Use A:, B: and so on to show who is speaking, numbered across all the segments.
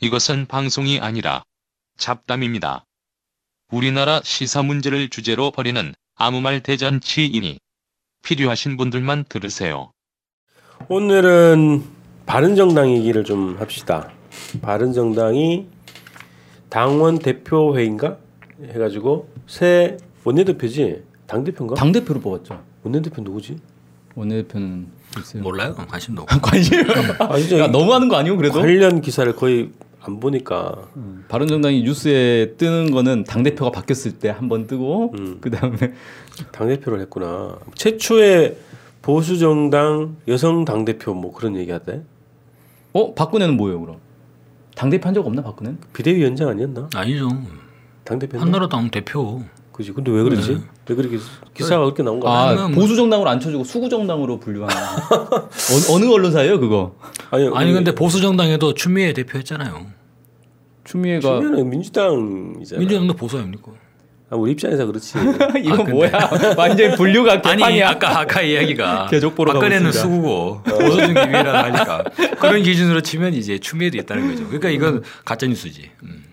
A: 이것은 방송이 아니라 잡담입니다. 우리나라 시사 문제를 주제로 벌이는 아무 말 대잔치이니 필요하신 분들만 들으세요.
B: 오늘은 바른정당 얘기를 좀 합시다. 바른정당이 당원 대표 회인가 해가지고 새 원내대표지 당
C: 어?
B: 대표인가?
D: 당 대표로 뽑았죠.
B: 원내대표 누구지?
D: 원내대표는 글쎄요.
C: 몰라요. 관심도 없고.
D: 관심.
C: 음.
B: 아 진짜
D: 야 너무하는 거 아니고 그래도?
B: 관련 기사를 거의 안 보니까
D: 음, 바른정당이 뉴스에 뜨는 거는 당 대표가 바뀌었을 때 한 번 뜨고 그 다음에
B: 당 대표를 했구나. 최초의 보수 정당 여성 당 대표 뭐 그런 얘기하대.
D: 어 박근혜는 뭐예요 그럼? 당 대표 한 적 없나 박근혜는?
B: 비대위원장 아니었나?
C: 아니죠.
B: 당 대표.
C: 한나라당 대표.
B: 그지. 근데 왜 그랬지? 왜 그렇게 기사가 그렇게 나온 거야?
D: 아
C: 그러면 뭐-
D: 보수 정당으로 안 쳐주고 수구 정당으로 분류하는 어, 어느 언론사예요 그거?
B: 아니,
C: 아니 근데 보수 정당에도 추미애 대표했잖아요.
D: 추미애가
B: 주변은 민주당이잖아.
C: 민주당도 보수 아닙니까?
B: 아, 우리 입장에서 그렇지.
D: 이거 뭐야? 완전 분류가
C: 아, 아니
D: 개판이야.
C: 아까 아까 이야기가
D: 계속 보러 가고
C: 박근혜는
D: 있습니다. 네.
C: 수구고 보수적 기밀이라 하니까 그런 기준으로 치면 이제 추미애도 있다는 거죠. 그러니까 이건 가짜 뉴스지. 음.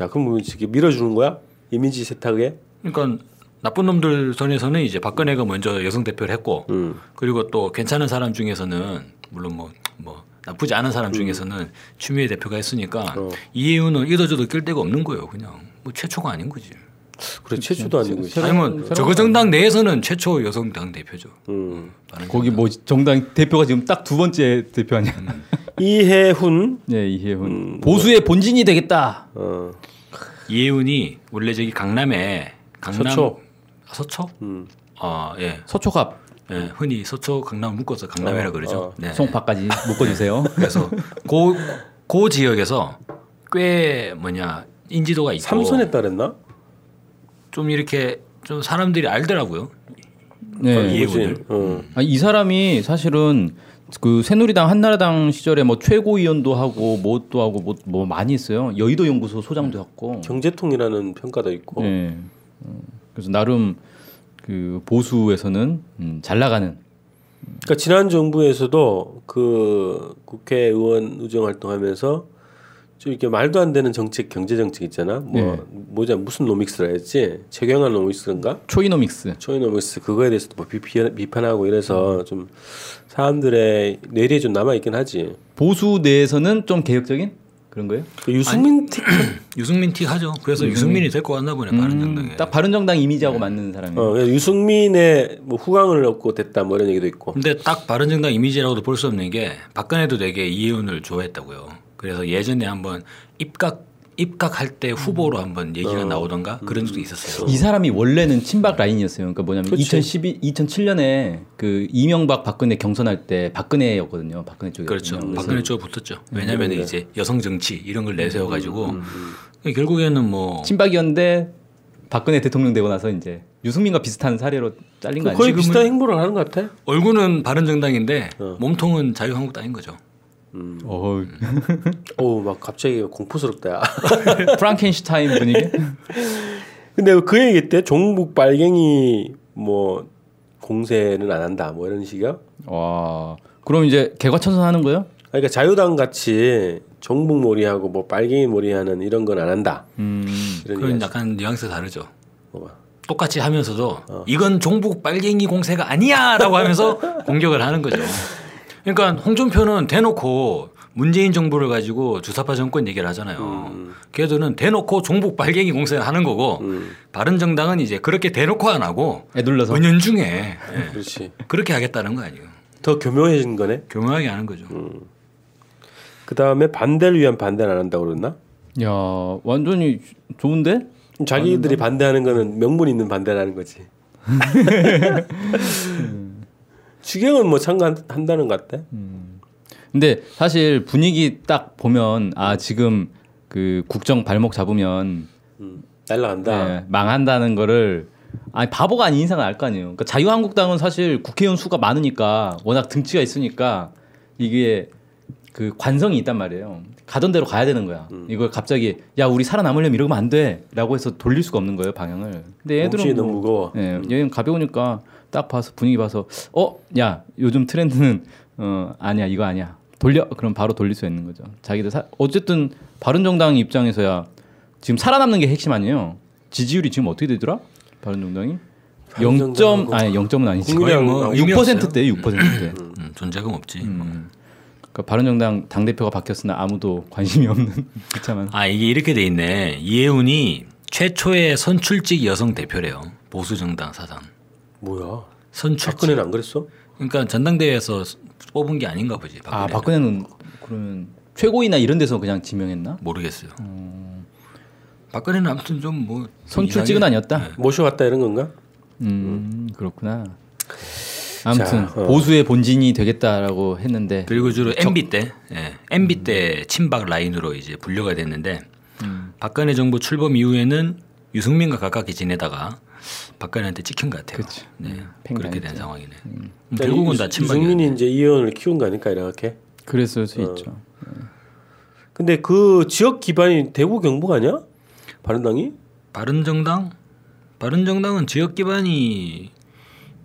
B: 야, 그럼 뭐 이렇게 밀어주는 거야? 이미지 세탁에?
C: 그러니까 나쁜 놈들 선에서는 이제 박근혜가 먼저 여성 대표를 했고
B: 음.
C: 그리고 또 괜찮은 사람 중에서는 물론 뭐 뭐 나쁘지 않은 사람 중에서는 추미애 대표가 했으니까
B: 어.
C: 이해우는 이도저도 낄 데가 없는 거예요. 그냥 뭐 최초가 아닌 거지.
B: 그래 최초도 아니고.
D: 새로-
C: 아니면
D: 새로운
C: 저거 정당 내에서는 최초 여성 당 대표죠.
B: 음.
D: 거기 뭐 정당 대표가 지금 딱 두 번째 대표 아니야?
C: 음.
B: 이해훈.
D: 네 이해훈
C: 뭐.
D: 보수의 본진이 되겠다.
B: 어.
C: 이혜훈이 원래 저기 강남에 강남
B: 서초.
C: 아, 서초?
B: 음.
C: 아 예.
D: 서초갑
C: 예, 흔히 서초 강남 묶어서 강남이라 그러죠.
B: 어.
C: 네.
D: 송파까지 묶어주세요.
C: 그래서 고, 고 지역에서 꽤 뭐냐 인지도가 있고
B: 삼선에 따랐나?
C: 좀 이렇게 좀 사람들이 알더라고요.
D: 네.
C: 예.
B: 뭐지?
C: 이해훈을?
B: 어.
D: 아니, 이 사람이 사실은 그 새누리당 한나라당 시절에 뭐 최고위원도 하고 뭐도 하고 뭐, 뭐 많이 했어요. 여의도 연구소 소장도 했고.
B: 경제통이라는 평가도 있고.
D: 네. 음, 그래서 나름 그 보수에서는 음, 잘 나가는.
B: 그러니까 지난 정부에서도 그 국회의원 의정 활동하면서 좀 이렇게 말도 안 되는 정책 경제 정책 있잖아. 뭐
D: 네.
B: 뭐지 무슨 노믹스라 했지? 최경환 노믹스인가?
D: 초이노믹스.
B: 초이노믹스 그거에 대해서도 뭐 비피- 비판하고 이래서 좀 사람들의 뇌리에 좀 남아 있긴 하지.
D: 보수 내에서는 좀 개혁적인 그런 거예요?
B: 그 유승민 특
C: 유승민 티 하죠. 그래서 유승민이 음, 될 것 같나 보네 바른정당에.
D: 음,
C: 네.
D: 딱 바른정당 이미지하고 맞는 사람이에요.
B: 어, 그냥 유승민의 뭐 후광을 얻고 됐다 뭐 이런 얘기도 있고.
C: 근데 딱 바른정당 이미지라고도 볼 수 없는 게 박근혜도 되게 이해훈을 좋아했다고요. 그래서 예전에 한번 입각 입각할 때 후보로 한번 얘기가 나오던가 그런 적도 있었어요.
D: 이 사람이 원래는 친박 라인이었어요. 그러니까 뭐냐면
B: 그치.
D: 2012, 2007년에 그 이명박 박근혜 경선할 때 박근혜였거든요. 박근혜 쪽이
C: 그렇죠. 박근혜 쪽에 붙었죠. 왜냐하면 이제 여성 정치 이런 걸 내세워 가지고 결국에는 뭐
D: 친박이었는데 박근혜 대통령 되고 나서 이제 유승민과 비슷한 사례로 잘린 그 거 아니에요?
B: 거의 비슷한 행보를 하는 것 같아.
C: 얼굴은 바른정당인데 몸통은 자유한국당인 거죠.
D: 어우,
B: 어우 막 갑자기 공포스럽다.
D: 프랑켄슈타인 분위기?
B: 근데 그 얘기 때 종북 빨갱이 뭐 공세는 안 한다 뭐 이런 식이야. 아니,
D: 와, 그럼 이제 개과천선 하는 거예요?
B: 그러니까 자유당 같이 종북 몰이하고 뭐 빨갱이 몰이하는 이런 건 안 한다.
D: 음,
B: 이런
C: 그런
B: 얘기.
C: 약간 뉘앙스 다르죠.
B: 봐봐.
C: 똑같이 하면서도 이건 종북 빨갱이 공세가 아니야라고 하면서 공격을 하는 거죠. 그러니까 홍준표는 대놓고 문재인 정부를 가지고 주사파 정권 얘기를 하잖아요. 걔들은 대놓고 종북 빨갱이 공세를 하는 거고 바른 정당은 이제 그렇게 대놓고 안 하고
D: 애둘러서
C: 은연중에 예,
B: 그렇지.
C: 그렇게 하겠다는 거 아니에요.
B: 더 교묘해진 거네.
C: 교묘하게 하는 거죠.
B: 그 다음에 반대를 위한 반대는 안 한다고 그랬나?
D: 야, 완전히 좋은데?
B: 자기들이 반대하는 거는 명분 있는 반대라는 거지. 추경은 뭐 참가한다는 것 같아.
D: 근데 사실 분위기 딱 보면 아, 지금 그 국정 발목 잡으면
B: 음, 날라간다.
D: 네, 망한다는 거를 아니 바보가 아닌 이상은 알 거 아니에요. 그러니까 자유한국당은 사실 국회의원 수가 많으니까 워낙 등치가 있으니까 이게 그 관성이 있단 말이에요. 가던 대로 가야 되는 거야.
B: 음.
D: 이걸 갑자기 야 우리 살아남으려면 이러면 안 돼라고 해서 돌릴 수가 없는 거예요 방향을. 근데
B: 뭉치기
D: 얘들은
B: 너무
D: 뭐,
B: 무거워.
D: 예, 얘는 가벼우니까 딱 봐서 분위기 봐서 어 야 요즘 트렌드는 어 아니야 이거 아니야 돌려 그럼 바로 돌릴 수 있는 거죠. 자기들 사, 어쨌든 바른정당 입장에서야 지금 살아남는 게 핵심 아니에요. 지지율이 지금 어떻게 되더라? 바른정당이 0.
B: 바른정당하고
D: 아니 0점은 아니지.
B: 국민의-
C: 거의 뭐 의미 없어요.
D: 6%대 6%대.
C: 음, 존재감 없지.
D: 그러니까 바른정당 당 대표가 바뀌었으나 아무도 관심이 없는 그렇지만
C: 아 이게 이렇게 돼 있네. 이혜훈이 최초의 선출직 여성 대표래요. 보수 정당 사상
B: 뭐야?
C: 선출직.
B: 박근혜는 안 그랬어?
C: 그러니까 전당대회에서 뽑은 게 아닌가 보지.
D: 아
C: 박근혜는.
D: 박근혜는 그러면 최고위나 이런 데서 그냥 지명했나?
C: 모르겠어요. 박근혜는 아무튼 좀뭐
D: 선출직은 아니었다.
B: 모셔왔다 이런 건가?
D: 음, 그렇구나. 아무튼
B: 자, 어.
D: 보수의 본진이 되겠다라고 했는데
C: 그리고 주로 MB 때, 예, MB
D: 음.
C: 때 친박 라인으로 이제 분류가 됐는데
D: 음.
C: 박근혜 정부 출범 이후에는 유승민과 가깝게 지내다가 박근혜한테 찍힌 것 같아요.
D: 그치. 음,
C: 네,
D: 팽
C: 그렇게 된
D: 당했죠.
C: 상황이네. 음, 결국은 다 친박이.
B: 유승민이 이제 이혜원을 키운 거 아닐까 이렇게.
D: 그랬을 수
B: 어.
D: 있죠.
B: 근데 그 지역 기반이 대구 경북 아니야? 바른당이?
C: 바른정당, 바른정당은 지역 기반이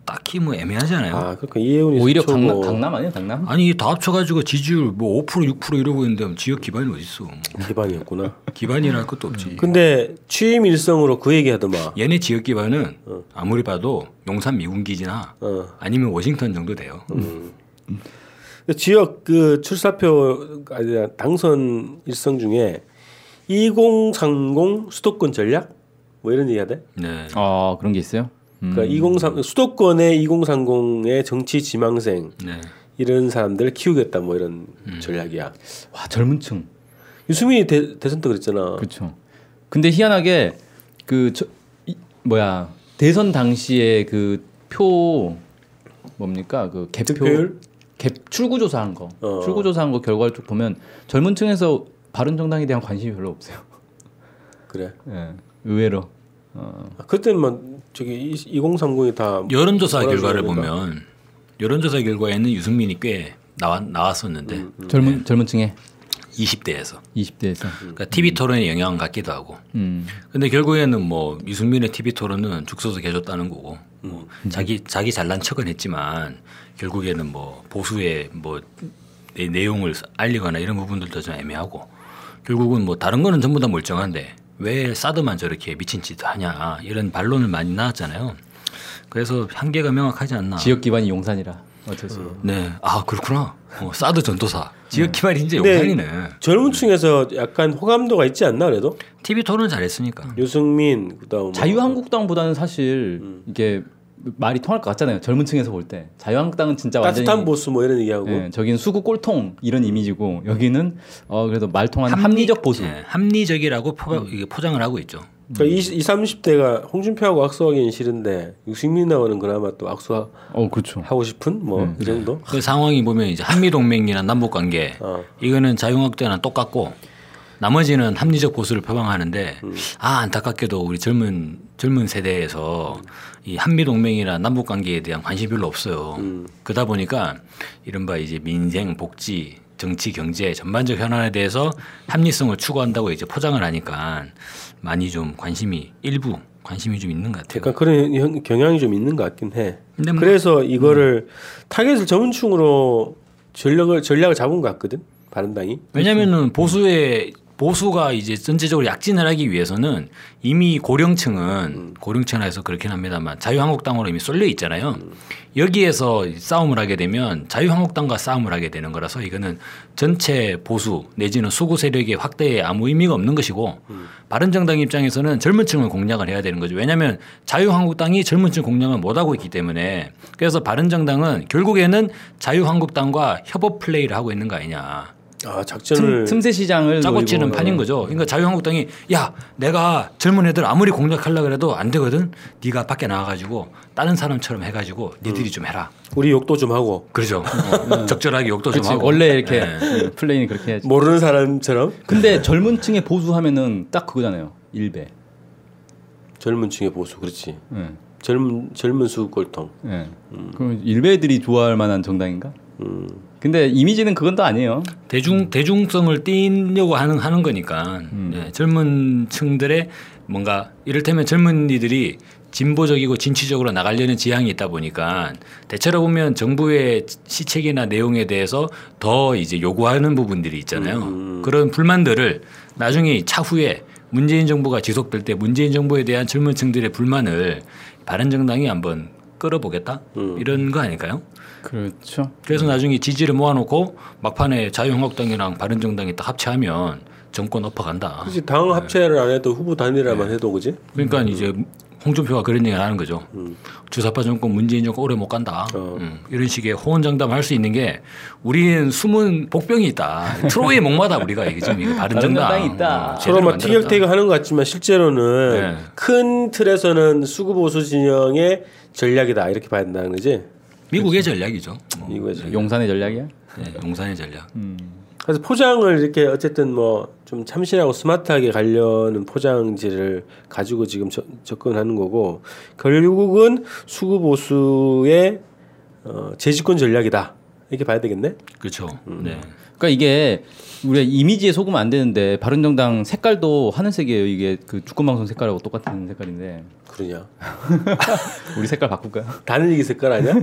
C: 딱히 뭐 애매하지 않아요.
B: 아 그러니까 이혜원이
D: 오히려
B: 서초고.
D: 강남, 강남 아니야 강남?
C: 아. 니다 합쳐가지고 지지율 뭐 5% 6% 이러고 있는데 지역 기반이 어디 있어?
B: 기반이었구나.
C: 기반이랄 것도 없지.
B: 근데 취임 일성으로 그 얘기하더만.
C: 얘네 지역 기반은 아무리 봐도 용산 미군 기지나
B: 어.
C: 아니면 워싱턴 정도 돼요.
B: 지역 그 출사표 아니 당선 일성 중에 2030 수도권 전략 뭐 이런 얘기 하대.
C: 네.
D: 아 그런 게 있어요? 음.
B: 그러니까 2030 수도권의 2030의 정치 지망생
C: 네.
B: 이런 사람들 키우겠다 뭐 이런
D: 음.
B: 전략이야.
D: 와 젊은층
B: 유승민이 대, 대선 때 그랬잖아.
D: 그렇죠. 근데 희한하게 그 저, 이, 뭐야 대선 당시에 그 표 뭡니까 그 개표
B: 득표율?
D: 갭 출구조사한 거
B: 어.
D: 출구조사한 거 결과를 쭉 보면 젊은층에서 바른정당에 대한 관심이 별로 없어요.
B: 그래.
D: 예, 의외로. 어.
B: 아, 그때만 저기 2030이 다
C: 여론조사
B: 뭐라
C: 결과를
B: 그러니까.
C: 보면 여론조사 결과에는 유승민이 꽤 나왔, 나왔었는데
B: 음.
D: 젊은 젊은 층에
C: 20대에서
D: 20대에서
C: 그러니까 TV 토론에 영향을 갖기도 하고
D: 음.
C: 근데 결국에는 뭐 유승민의 TV 토론은 죽서서 개줬다는 거고 뭐
D: 음.
C: 자기 자기 잘난 척은 했지만 결국에는 뭐 보수의 뭐 내 내용을 알리거나 이런 부분들도 좀 애매하고 결국은 뭐 다른 거는 전부 다 멀쩡한데 왜 사드만 저렇게 미친 짓 하냐 이런 반론을 많이 나왔잖아요. 그래서 한계가 명확하지 않나.
D: 아. 지역 기반이 용산이라 어쩔 수 없어.
C: 네, 아 그렇구나. 어, 사드 전도사
D: 음.
C: 지역 기반이 이제
B: 네.
C: 용산이네.
B: 젊은 층에서 약간 호감도가 있지 않나 그래도
C: TV 토론 잘했으니까.
B: 유승민 그다음 뭐
D: 음. 자유한국당보다는 사실 이게 말이 통할 것 같잖아요. 젊은 층에서 볼 때. 자유한국당은 진짜 완전히
B: 따뜻한 보수 뭐 이런 얘기하고
D: 예, 저기는 수구 꼴통 이런 이미지고 여기는 어 그래도 말 통하는 합리, 적 보수. 음.
C: 예, 합리적이라고 포, 이게 포장을 하고 있죠.
B: 그러니까 20, 30대가 홍준표하고 악수하기는 싫은데 유승민하고는 그나마 또 악수하고
D: 어 그렇죠.
B: 싶은 뭐 이 정도.
C: 그 상황이 보면 이제 한미 동맹이나 남북 관계
B: 어.
C: 이거는 자유한국당이랑 똑같고 나머지는 합리적 보수를 표방하는데 아 안타깝게도 우리 젊은 젊은 세대에서 이 한미 동맹이나 남북 관계에 대한 관심이 별로 없어요. 그러다 보니까 이른바 이제 민생 복지 정치 경제 전반적 현안에 대해서 합리성을 추구한다고 이제 포장을 하니까 많이 좀 관심이 일부 관심이 좀 있는 것 같아요.
B: 약간 그런 형- 경향이 좀 있는 것 같긴 해.
C: 근데 뭐-
B: 그래서 이거를 타겟을 전문층으로 전략을 전략을 잡은 것 같거든. 바른당이.
C: 왜냐면은 보수의 보수가 이제 전체적으로 약진을 하기 위해서는 이미 고령층은 고령층에서 그렇긴 합니다만 자유한국당으로 이미 쏠려 있잖아요. 여기에서 싸움을 하게 되면 자유한국당과 싸움을 하게 되는 거라서 이거는 전체 보수 내지는 수구 세력의 확대에 아무 의미가 없는 것이고 바른정당 입장에서는 젊은층을 공략을 해야 되는 거죠. 왜냐하면 자유한국당이 젊은층 공략을 못 하고 있기 때문에 그래서 바른정당은 결국에는 자유한국당과 협업 플레이를 하고 있는 거 아니냐.
B: 아
D: 틈,
B: 작전을
D: 틈새 시장을
C: 짜고
D: 노리고
C: 치는 판인
D: 예.
C: 거죠. 그러니까 자유한국당이 야 내가 젊은 애들 아무리 공략하려고 해도 안 되거든. 네가 밖에 나와가지고 다른 사람처럼 해가지고
D: 음.
C: 니들이 좀 해라.
B: 우리 욕도 좀 하고
C: 그러죠. 어, 적절하게 욕도 좀
D: 그렇지.
C: 하고.
D: 원래 이렇게
C: 네.
D: 음, 플레이는 그렇게 해야지.
B: 모르는 사람처럼
D: 근데 젊은 층의 보수 하면은 딱 그거잖아요. 일배.
B: 젊은 층의 보수 그렇지.
D: 예.
B: 젊은 젊은 수꼴통.
D: 예. 그럼 일베들이 좋아할 만한 정당인가?
B: 음.
D: 근데 이미지는 그건 또 아니에요.
C: 대중 대중성을 띄려고 하는 하는 거니까 예, 젊은 층들의 뭔가 이를테면 젊은이들이 진보적이고 진취적으로 나가려는 지향이 있다 보니까 대체로 보면 정부의 시책이나 내용에 대해서 더 이제 요구하는 부분들이 있잖아요. 그런 불만들을 나중에 차후에 문재인 정부가 지속될 때 문재인 정부에 대한 젊은층들의 불만을 바른정당이 한번 끌어보겠다 이런 거 아닐까요?
D: 그렇죠.
C: 그래서 나중에 지지를 모아놓고 막판에 자유한국당이랑 바른정당이 딱 합체하면 정권 엎어간다.
B: 그치 당 합체를 안 해도 후보 단일화만 해도 그지?
C: 그러니까
B: 음.
C: 이제 홍준표가 그런 얘기를 하는 거죠. 주사파 정권, 문재인 정권 오래 못 간다.
B: 어.
C: 음, 이런 식의 호언장담할 수 있는 게 우리는 숨은 복병이 있다. 트로이의 목마다 우리가 이게 지금 이거 바른 정당 음.
D: 바른정당이 있다.
B: 서로 막 티격태격 하는 것 같지만 실제로는
C: 네.
B: 큰 틀에서는 수구 보수 진영의 전략이다 이렇게 봐야 된다는 거지.
C: 미국의 전략이죠. 뭐,
B: 미국의 전략.
D: 용산의 전략이야?
C: 네, 용산의 전략.
B: 그래서 포장을 이렇게 어쨌든 뭐 좀 참신하고 스마트하게 가려는 포장지를 가지고 지금 저- 접근하는 거고 결국은 수구 보수의 어, 재집권 전략이다 이렇게 봐야 되겠네.
C: 그렇죠.
B: 음.
C: 네.
D: 그러니까 이게 우리가 이미지에 속으면 안 되는데 바른정당 색깔도 하늘색이에요. 이게 그 주권방송 색깔하고 똑같은 색깔인데
B: 그러냐?
D: 우리 색깔 바꿀까요?
B: 단일기 색깔 아니야?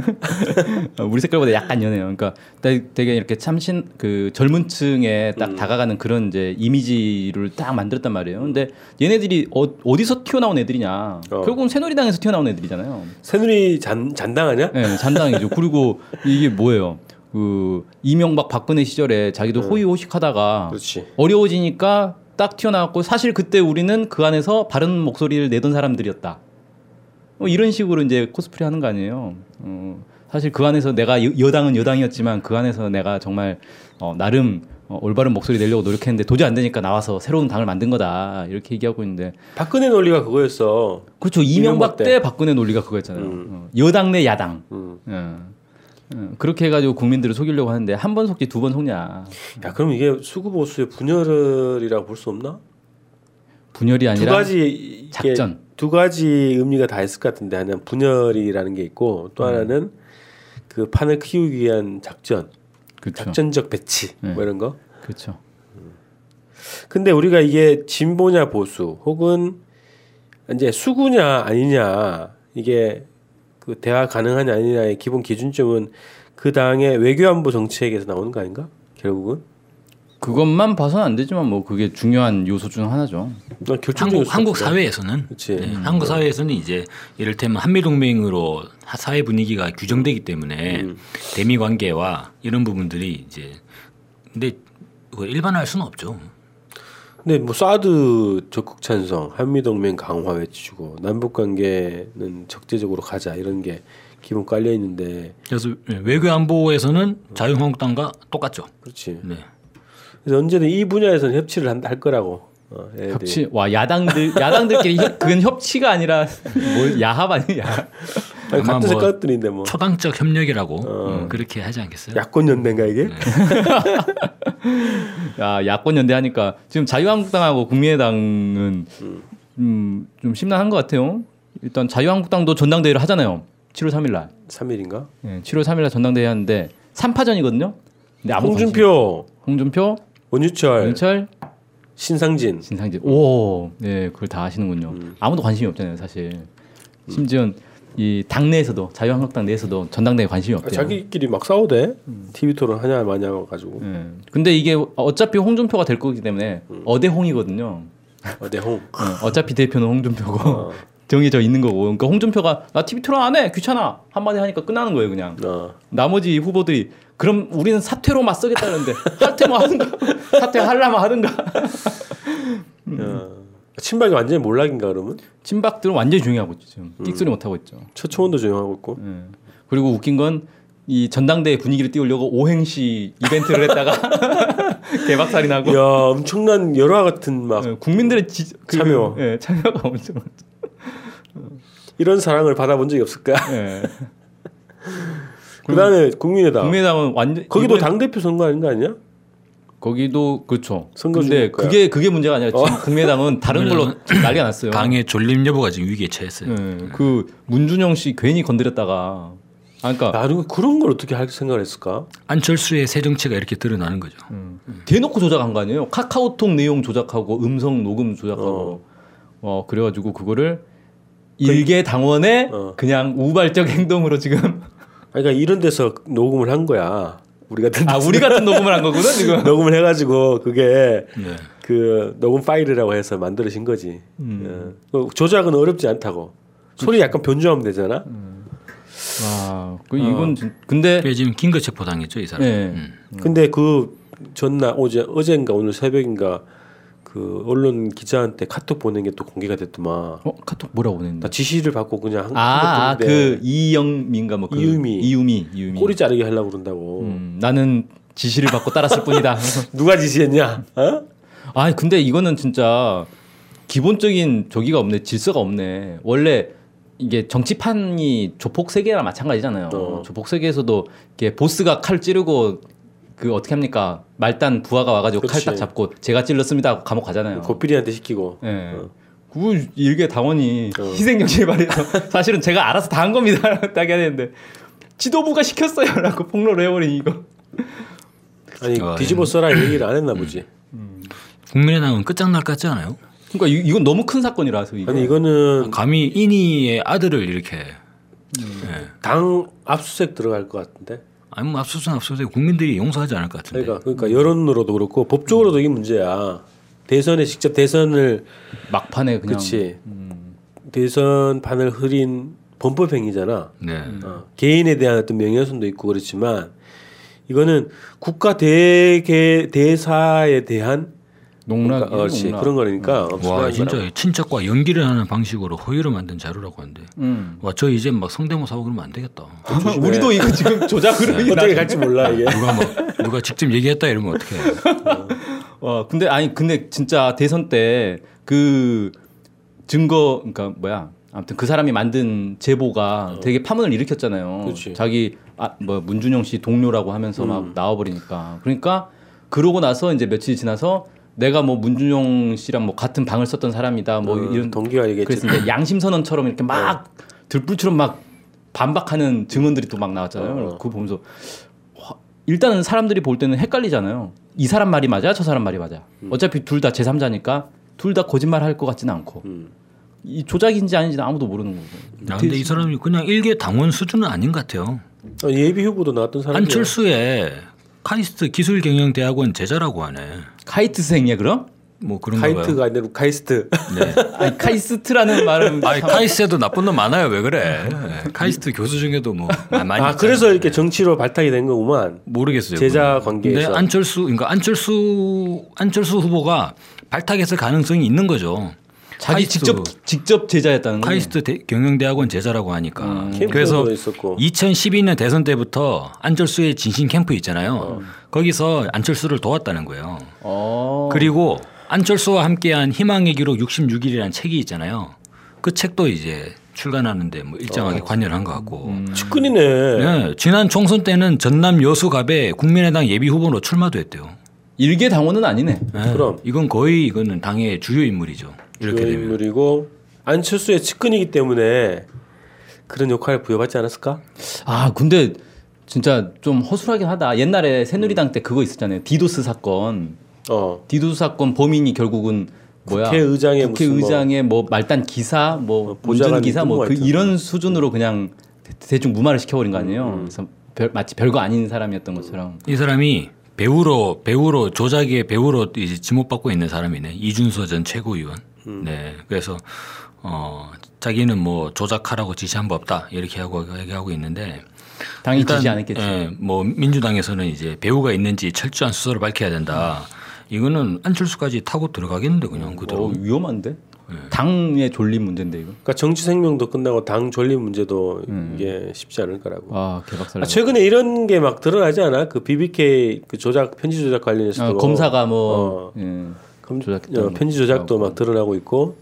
D: 어, 우리 색깔보다 약간 연해요. 그러니까 되- 되게 이렇게 참신 그 젊은층에
B: 음.
D: 딱 다가가는 그런 이제 이미지를 딱 만들었단 말이에요. 근데 얘네들이 어, 디서 튀어나온 애들이냐?
B: 어.
D: 결국은 새누리당에서 튀어나온 애들이잖아요.
B: 새누리 잔 잔당하냐?
D: 네, 잔당이죠. 그리고 이게 뭐예요? 그 이명박 박근혜 시절에 자기도 호의호식하다가
B: 음. 그렇지.
D: 어려워지니까 딱 튀어나왔고 사실 그때 우리는 그 안에서 바른 목소리를 내던 사람들이었다. 뭐 이런 식으로 이제 코스프레 하는 거 아니에요. 어, 사실 그 안에서 내가 여- 여당은 여당이었지만 그 안에서 내가 정말 어, 나름 어, 올바른 목소리 내려고 노력했는데 도저히 안 되니까 나와서 새로운 당을 만든 거다 이렇게 얘기하고 있는데
B: 박근혜 논리가 그거였어.
D: 그렇죠
B: 이명박
D: 이명박
B: 때.
D: 때 박근혜 논리가 그거였잖아요. 어, 여당 내 야당.
B: 음.
D: 어, 어, 그렇게 해가지고 국민들을 속이려고 하는데 한 번 속지 두 번 속냐
B: 야 그럼 이게 수구 보수의 분열이라고 볼 수 없나?
D: 분열이
B: 두
D: 아니라
B: 가지 이게
D: 작전.
B: 두 가지 의미가 다 있을 것 같은데 하나는 분열이라는 게 있고
D: 음.
B: 또 하나는 그 판을 키우기 위한 작전,
D: 그렇죠.
B: 작전적 배치
D: 네.
B: 뭐 이런 거.
D: 그렇죠.
B: 근데 우리가 이게 진보냐 보수 혹은 이제 수구냐 아니냐 이게 그 대화 가능하냐 아니냐의 기본 기준점은 그 당의 외교안보 정책에서 나오는 거 아닌가? 결국은
D: 그것만 봐서는 안 되지만 뭐 그게 중요한 요소 중 하나죠.
B: 난 결정적인
C: 한국
B: 수가
C: 한국
B: 없어.
C: 사회에서는
B: 그 그치. 음.
C: 네, 한국 사회에서는 이제 이를테면 한미 동맹으로 하- 사회 분위기가 규정되기 때문에
B: 음.
C: 대미 관계와 이런 부분들이 이제 근데 그걸 일반화할 수는 없죠.
B: 근데 뭐 사드 적극 찬성, 한미 동맹 강화 외치고 남북 관계는 적대적으로 가자 이런 게 기본 깔려 있는데
C: 그래서 예, 외교 안보에서는 자유한국당과 똑같죠.
B: 그렇지.
C: 네.
B: 그래서 언제든 이 분야에서는 협치를 한- 할 거라고. 어, 얘네들이.
D: 협치 와 야당들 야당들끼리 협- 그건 협치가 아니라 뭘 야합 아니야?
B: 아니,
C: 아마
B: 같은
C: 뭐
B: 색깔들인데 뭐 어.
C: 초당적 협력이라고 음, 그렇게 하지 않겠어요?
B: 야권 연대인가 이게?
D: 네. 야 야권 연대하니까 지금 자유한국당하고 국민의당은 음, 좀 심란한 것 같아요. 일단 자유한국당도 전당대회를 하잖아요. 7월 3일 날.
B: 삼일인가
D: 예, 7월 3일 날 전당대회 하는데 3파전이거든요. 근데 아무 관심-
B: 홍준표, 네.
D: 홍준표,
B: 원유철,
D: 윤철,
B: 신상진.
D: 진상진. 오, 네, 그걸 다 아시는군요.
B: 음.
D: 아무도 관심이 없잖아요, 사실. 심지어 이 당내에서도 자유한국당 내에서도 전당대회 관심이
B: 아,
D: 없대요. 음.
B: 자기끼리 막 싸우대. TV 토론 하냐 마냐 가지고.
D: 예. 근데 이게 어차피 홍준표가 될 거기 때문에
B: 음.
D: 어대홍이거든요.
B: 어, 내홍.
D: 어, 차피 대표는 홍준표고
B: 아.
D: 정해져 있는 거고. 그러니까 홍준표가 나 TV 토론 안 해, 귀찮아 한마디 하니까 끝나는 거예요, 그냥.
B: 어.
D: 나머지 후보들이 그럼 우리는 사퇴로 맞서겠다는데 사퇴 뭐 하든가 사퇴 하려면 하든가 음.
B: 어. 친박이 완전히 몰락인가 그러면?
D: 친박들은 완전히 조용히하고 있죠 지금
B: 음.
D: 끽소리 못 하고 있죠.
B: 최초원도 조용하고 있고.
D: 예. 그리고 웃긴 건 이 전당대회 분위기를 띄우려고 오행시 이벤트를 했다가 개박살이 나고
B: 야 엄청난 열화 같은 막
D: 예, 국민들의 지, 그,
B: 참여.
D: 예, 참여가 엄청
B: 이런 사랑을 받아본 적이 없을까?
D: 예.
B: 그다음에 국민의당.
D: 국민의당은 완전
B: 거기도
D: 이번에-
B: 당 대표 선거 아닌 거 아니야?
D: 거기도 그렇죠.
B: 선거
D: 근데
B: 중일 거야. 어.
D: 그게 그게 문제가 아니라 지금 국민의당은 다른 걸로
C: 국민의당은
D: 지금 난리가 났어요.
C: 당의 졸림 여부가 지금 위기에 처했어요.
B: 네.
D: 예, 그 문준영 씨 괜히 건드렸다가 아 그러니까
B: 야, 그리고 그런 걸 어떻게 할 생각을 했을까?
C: 안철수의 새 정체가 이렇게 드러나는 거죠.
D: 음. 대놓고 조작한 거 아니에요? 카카오톡 내용 조작하고 음성 녹음 조작하고 어, 그래가지고 그거를 어, 일개 당원의
B: 어.
D: 그냥 우발적 행동으로 지금
B: 그러니까 이런 데서 녹음을 한 거야. 우리 같은
D: 아 우리 같은 녹음을 한 거구나 지금.
B: 녹음을 해가지고 그게
C: 네.
B: 그 녹음 파일이라고 해서 만들어진 거지.
D: 음.
B: 예. 그 조작은 어렵지 않다고. 소리 약간 변조하면 되잖아.
D: 음, 와, 그 이건 진- 근데
C: 그게 지금 긴급 체포 당했죠 이
B: 네.
C: 사람.
D: 예.
C: 음.
B: 근데 그 전날 어제 어젠가 오늘 새벽인가 그 언론 기자한테 카톡 보낸 게 또 공개가 됐더만.
D: 어 카톡 뭐라고 보냈나?
B: 나 지시를 받고 그냥 한, 한
D: 아, 아그 이영민가 뭐 그,
B: 이유미.
D: 이유미 이유미.
B: 꼬리 자르게 하려고 그런다고.
D: 음, 나는 지시를 받고 따랐을 뿐이다.
B: 누가 지시했냐? 어?
D: 아니 근데 이거는 진짜 기본적인 저기가 없네 질서가 없네 원래 이게 정치판이 조폭 세계나 마찬가지잖아요
B: 어.
D: 조폭 세계에서도 이렇게 보스가 칼 찌르고 그 어떻게 합니까 말단 부하가 와가지고 칼
B: 그치.
D: 딱 잡고 제가 찔렀습니다 하고 감옥 가잖아요
B: 고필이한테 시키고.
D: 예.
B: 그 어.
D: 그 일개 당원이
B: 어.
D: 희생정신에 말해서 사실은 제가 알아서 다 한 겁니다 딱 해야 되는데 지도부가 시켰어요라고 폭로를 해버린 이거
B: 아니
D: 예.
C: 아,
B: 뒤집어 써라 이 얘기를 안
D: 음.
B: 했나 보지.
C: 국민의당은 끝장날 것 같지 않아요?
D: 그러니까 이, 이건 너무 큰 사건이라서 이거
B: 아니
D: 음.
B: 이거는
C: 감히 이니의 아들을 이렇게 예.
B: 당 압수색 들어갈 것 같은데.
C: 아니 뭐 압수수색 압수수색 국민들이 용서하지 않을 것 같은데.
D: 네.
B: 그러니까
D: 음.
B: 그러니까 여론으로도 그렇고 법적으로도 이게 문제야. 대선에 직접 대선을
D: 막판에 그냥
B: 그치
D: 음.
B: 대선 판을 흐린 범법 행위잖아.
C: 네.
D: 음.
B: 어, 개인에 대한 어떤 명예훼손도 있고 그렇지만 이거는 국가 대개 대사에 대한
D: 농락, 음.
B: 그러니까, 어, 그렇지 그런 거니까
C: 와
B: 엄청난 거라고.
C: 진짜 친척과 연기를 하는 방식으로 허위로 만든 자료라고 하는데.
D: 음.
C: 와 저 이제 막 성대모사 하고 그러면 안 되겠다.
D: 우리도 이거 지금 조작으로 이게
B: 어떻게
D: 나중에-
B: 갈지 몰라 이게.
C: 누가 막 누가 직접 얘기했다 이러면 어떡해.
D: 와, 어, 근데 아니 근데 진짜 대선 때 그 증거, 그러니까 뭐야? 아무튼 그 사람이 만든 제보가 되게 파문을 일으켰잖아요.
B: 그치.
D: 자기 아, 뭐 문준영 씨 동료라고 하면서 막 나와버리니까. 그러니까 그러고 나서 이제 며칠 지나서 내가 뭐 문준영 씨랑 뭐 같은 방을 썼던 사람이다. 뭐 이런
B: 동기가 이게
D: 그래서 이제 네. 양심 선언처럼 이렇게 막 들불처럼 막 반박하는 증언들이 또 막 나왔잖아요. 그거 보면서 와, 일단은 사람들이 볼 때는 헷갈리잖아요. 이 사람 말이 맞아, 저 사람 말이 맞아. 어차피 둘 다 제3자니까 둘 다 거짓말 할 것 같지는 않고 이 조작인지 아닌지 는 아무도 모르는 거고.
C: 야, 근데 이 사람이 그냥 일개 당원 수준은 아닌 것 같아요.
B: 어, 예비 후보도 나왔던 사람이
C: 안철수의 카이스트 기술경영대학원 제자라고 하네.
D: 카이트생이야 그럼?
C: 뭐 그런 거 봐요.
B: 카이트가 아니라 카이스트.
D: 아니, 카이스트라는 말은
C: 아니
B: 그
C: 카이스트에도 나쁜 놈 많아요. 왜 그래? 카이스트 교수 중에도 뭐 아, 많이
B: 아
C: 있잖아요.
B: 그래서 이렇게 정치로 발탁이 된 거구만.
C: 모르겠어요.
B: 제자
C: 근데
B: 관계에서.
C: 안철수 그러니까 안철수 안철수 후보가 발탁했을 가능성이 있는 거죠.
D: 자기
C: 카이스트- 음.
D: 직접 직접 제자였다는 거.
C: 카이스트 대- 경영대학원 제자라고 하니까
B: 음,
C: 음.
B: 캠프도
C: 그래서
B: 있었고.
C: 2012년 대선 때부터 안철수의 진심 캠프 있잖아요.
B: 어.
C: 거기서 안철수를 도왔다는 거예요.
D: 어.
C: 그리고 안철수와 함께한 희망의 기록 66일이라는 책이 있잖아요. 그 책도 이제 출간하는데 뭐
B: 어,
C: 일정하게 관여를 한 것 같고.
B: 음. 측근이네.
C: 네, 지난 총선 때는 전남 여수갑에 국민의당 예비 후보로 출마도 했대요.
D: 일개 당원은 아니네.
C: 네,
B: 그럼.
C: 이건 거의 이거는 당의 주요 인물이죠. 이렇게
B: 주요
C: 되면
B: 그 인물이고 안철수의 측근이기 때문에 그런 역할을 부여받지 않았을까?
D: 아 근데 진짜 좀 허술하긴 하다. 옛날에 새누리당 때 그거 있었잖아요. 디도스 사건.
B: 어.
D: 디도스 사건 범인이 결국은 뭐야?
B: 국회의장의 무슨 뭐-
D: 국회의장의 뭐, 말단 기사, 뭐
B: 보좌관
D: 운전 기사, 뭐
B: 뭐가
D: 그
B: 있던데.
D: 이런 수준으로 그냥 대- 대충 무마를 시켜버린 거 아니에요.
B: 음.
D: 그래서 별, 마치 별거 아닌 사람이었던 것처럼.
C: 이 사람이 배우로 배우로 조작의 배우로 이제 지목받고 있는 사람이네. 이준서 전 최고위원. 네. 그래서 어 자기는 뭐 조작하라고 지시한 바 없다 이렇게 하고 얘기하고 있는데
D: 당이 지지 않았겠지. 어,
C: 예, 뭐 민주당에서는 이제 배우가 있는지 철저한 수사를 밝혀야 된다. 이거는 안철수까지 타고 들어가겠는데 그냥
D: 어,
C: 그대로.
D: 위험한데?
C: 예.
D: 당의 졸린 문제인데 이거.
B: 그러니까 정치 생명도 끝나고 당 존립 문제도
C: 음.
B: 이게 쉽지 않을 거라고.
D: 와 개박살.
B: 아, 최근에 이런 게 막 드러나지 않아? 그 BBK 그 조작 편지 조작 관련해서
D: 아,
B: 도
D: 검사가 뭐
B: 어.
D: 예.
B: 검,
D: 조작했던
B: 어, 편지 조작도 막 드러나고 있고.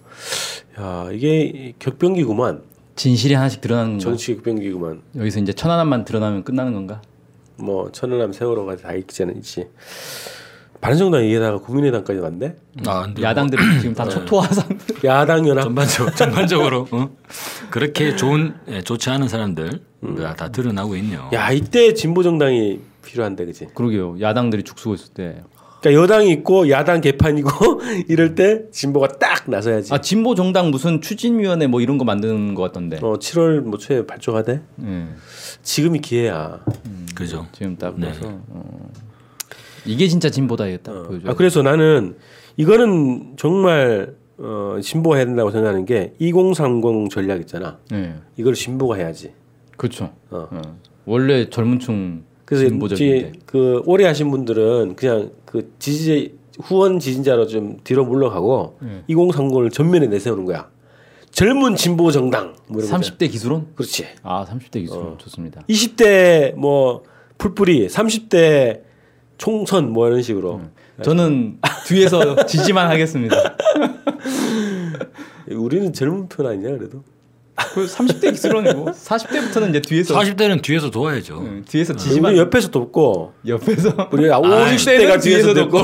B: 야 이게 격변기구만
D: 진실이 하나씩 드러나는 거.
B: 정치 격변기구만
D: 여기서 이제 천안함만 드러나면 끝나는 건가?
B: 뭐 천안함 세월호가 다 있기는 있지. 바른정당 얘기하다가 국민의당까지 왔네.
C: 아, 근데
D: 야당들은 지금 다 초토화상들.
B: 야당
D: 그러니까?
B: 연합
C: 전반적으로 전반적으로 어? 그렇게 좋은 예, 좋지 않은 사람들 다, 다 드러나고 있네요.
B: 야 이때 진보 정당이 필요한데 그지?
D: 그러게요. 야당들이 죽수고 있을 때
B: 그러니까 여당이 있고 야당 개판이고 이럴 때 진보가 딱 나서야지.
D: 아 진보 정당 무슨 추진위원회 뭐 이런 거 만드는 것 같던데.
B: 어, 7월 뭐 초에 발족하대.
D: 예.
B: 지금이 기회야.
C: 그죠.
D: 지금 딱
C: 네.
D: 봐서 어. 이게 진짜 진보다 이게 딱 보여줘.
B: 아, 그래서 나는 이거는 정말 어, 진보가 해야 된다고 생각하는 게 2030 전략 있잖아.
D: 네.
B: 이걸 진보가 해야지.
D: 그렇죠.
B: 어.
D: 어. 원래 젊은층
B: 그래서
D: 진보적인데.
B: 이제 그 오래 하신 분들은 그냥 그 지지 후원 지진자로 좀 뒤로 물러가고
D: 예.
B: 2030을 전면에 내세우는 거야. 젊은 진보 정당 뭐 이런 어. 거잖아.
D: 30대 기술론?
B: 그렇지.
D: 아 30대 기술론 좋습니다.
B: 20대 뭐 풀뿌리, 30대 총선 뭐 이런 식으로
D: 저는 뒤에서 지지만 하겠습니다. 예.
B: 우리는 젊은 편 아니냐 그래도.
D: 그 30대 기술론이고 40대부터는 이제 뒤에서 네.
C: 40대는 뒤에서 도와야죠.
D: 응, 뒤에서
B: 우리
D: 지지만 아,
B: 옆에서 돕고
D: 옆에서
B: 우리 50대가 뒤에서 돕고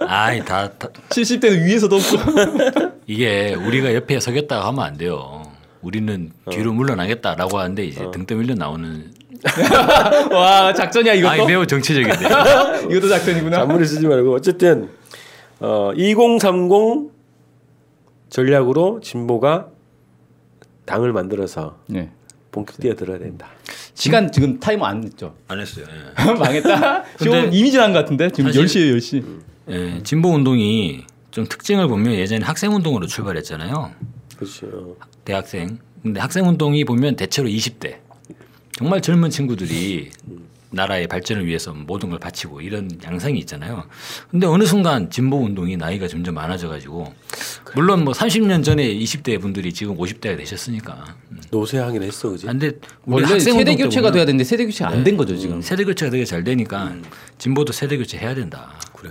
C: 아이 다, 다
D: 70대는 위에서도 없고
C: 이게 우리가 옆에 서겠다고 하면 안 돼요. 우리는
D: 어.
C: 뒤로 물러나겠다라고 하는데 이제 등 떠밀려 나오는
D: 와 작전이야 이것도
C: 아이 매우 정치적인데.
D: 이것도 작전이구나.
B: 잔문을 쓰지 말고 어쨌든 어, 2030 전략으로 진보가 당을 만들어서
D: 네.
B: 본격 뛰어들어야 된다.
D: 시간 지금 타이머 안 됐죠?
C: 안 했어요. 예.
D: 망했다. 지금
C: 근데
D: 이미 지난 것 같은데 지금
C: 사실-
D: 10시에요 10시.
C: 예, 진보 운동이 좀 특징을 보면 예전에 학생 운동으로 출발했잖아요.
B: 그렇지. 어.
C: 대학생. 근데 학생 운동이 보면 대체로 20대. 정말 젊은 친구들이 나라의 발전을 위해서 모든 걸 바치고 이런 양상이 있잖아요. 근데 어느 순간 진보 운동이 나이가 점점 많아져 가지고 물론 뭐 30년 전에 20대 분들이 지금 50대가 되셨으니까.
B: 노쇠하긴 했어, 그지?
C: 아, 근데 우리
D: 원래
C: 학생
D: 세대
C: 운동 때
D: 교체가
C: 보면
D: 돼야 음. 되는데 세대 교체가 안 된 거죠 지금.
C: 세대 교체가 되게 잘 되니까 진보도 세대 교체 해야 된다.
B: 그래.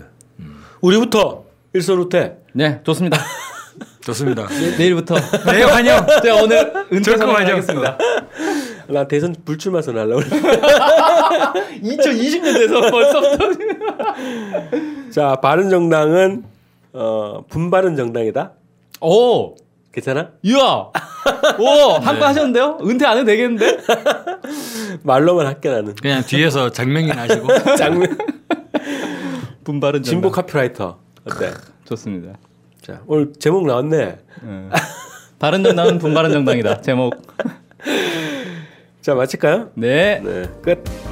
B: 우리부터 일서루태.
D: 네 좋습니다.
C: 좋습니다.
D: 네, 내일부터
C: 네, 환영.
D: 제가 오늘 은퇴
C: 저거
D: 선언을
C: 맞아.
D: 하겠습니다.
B: 나 대선 불출마선 하려고 그래.
D: 2020년 돼서 벌써부터
B: 자, 바른정당은 어, 분바른 정당이다.
D: 오
B: 괜찮아?
D: 이야 오 한 거 하셨는데요? 은퇴 안 해도 되겠는데?
B: 말로만 학교나는
C: 그냥 뒤에서 장명이 하시고
B: 장면
D: 분발은
B: 진보 카피라이터 어때?
D: 좋습니다.
B: 자, 오늘 제목 나왔네.
D: 예. 바른 정당은 분발은 정당이다 제목.
B: 자, 마칠까요?
D: 네.
B: 네, 끝.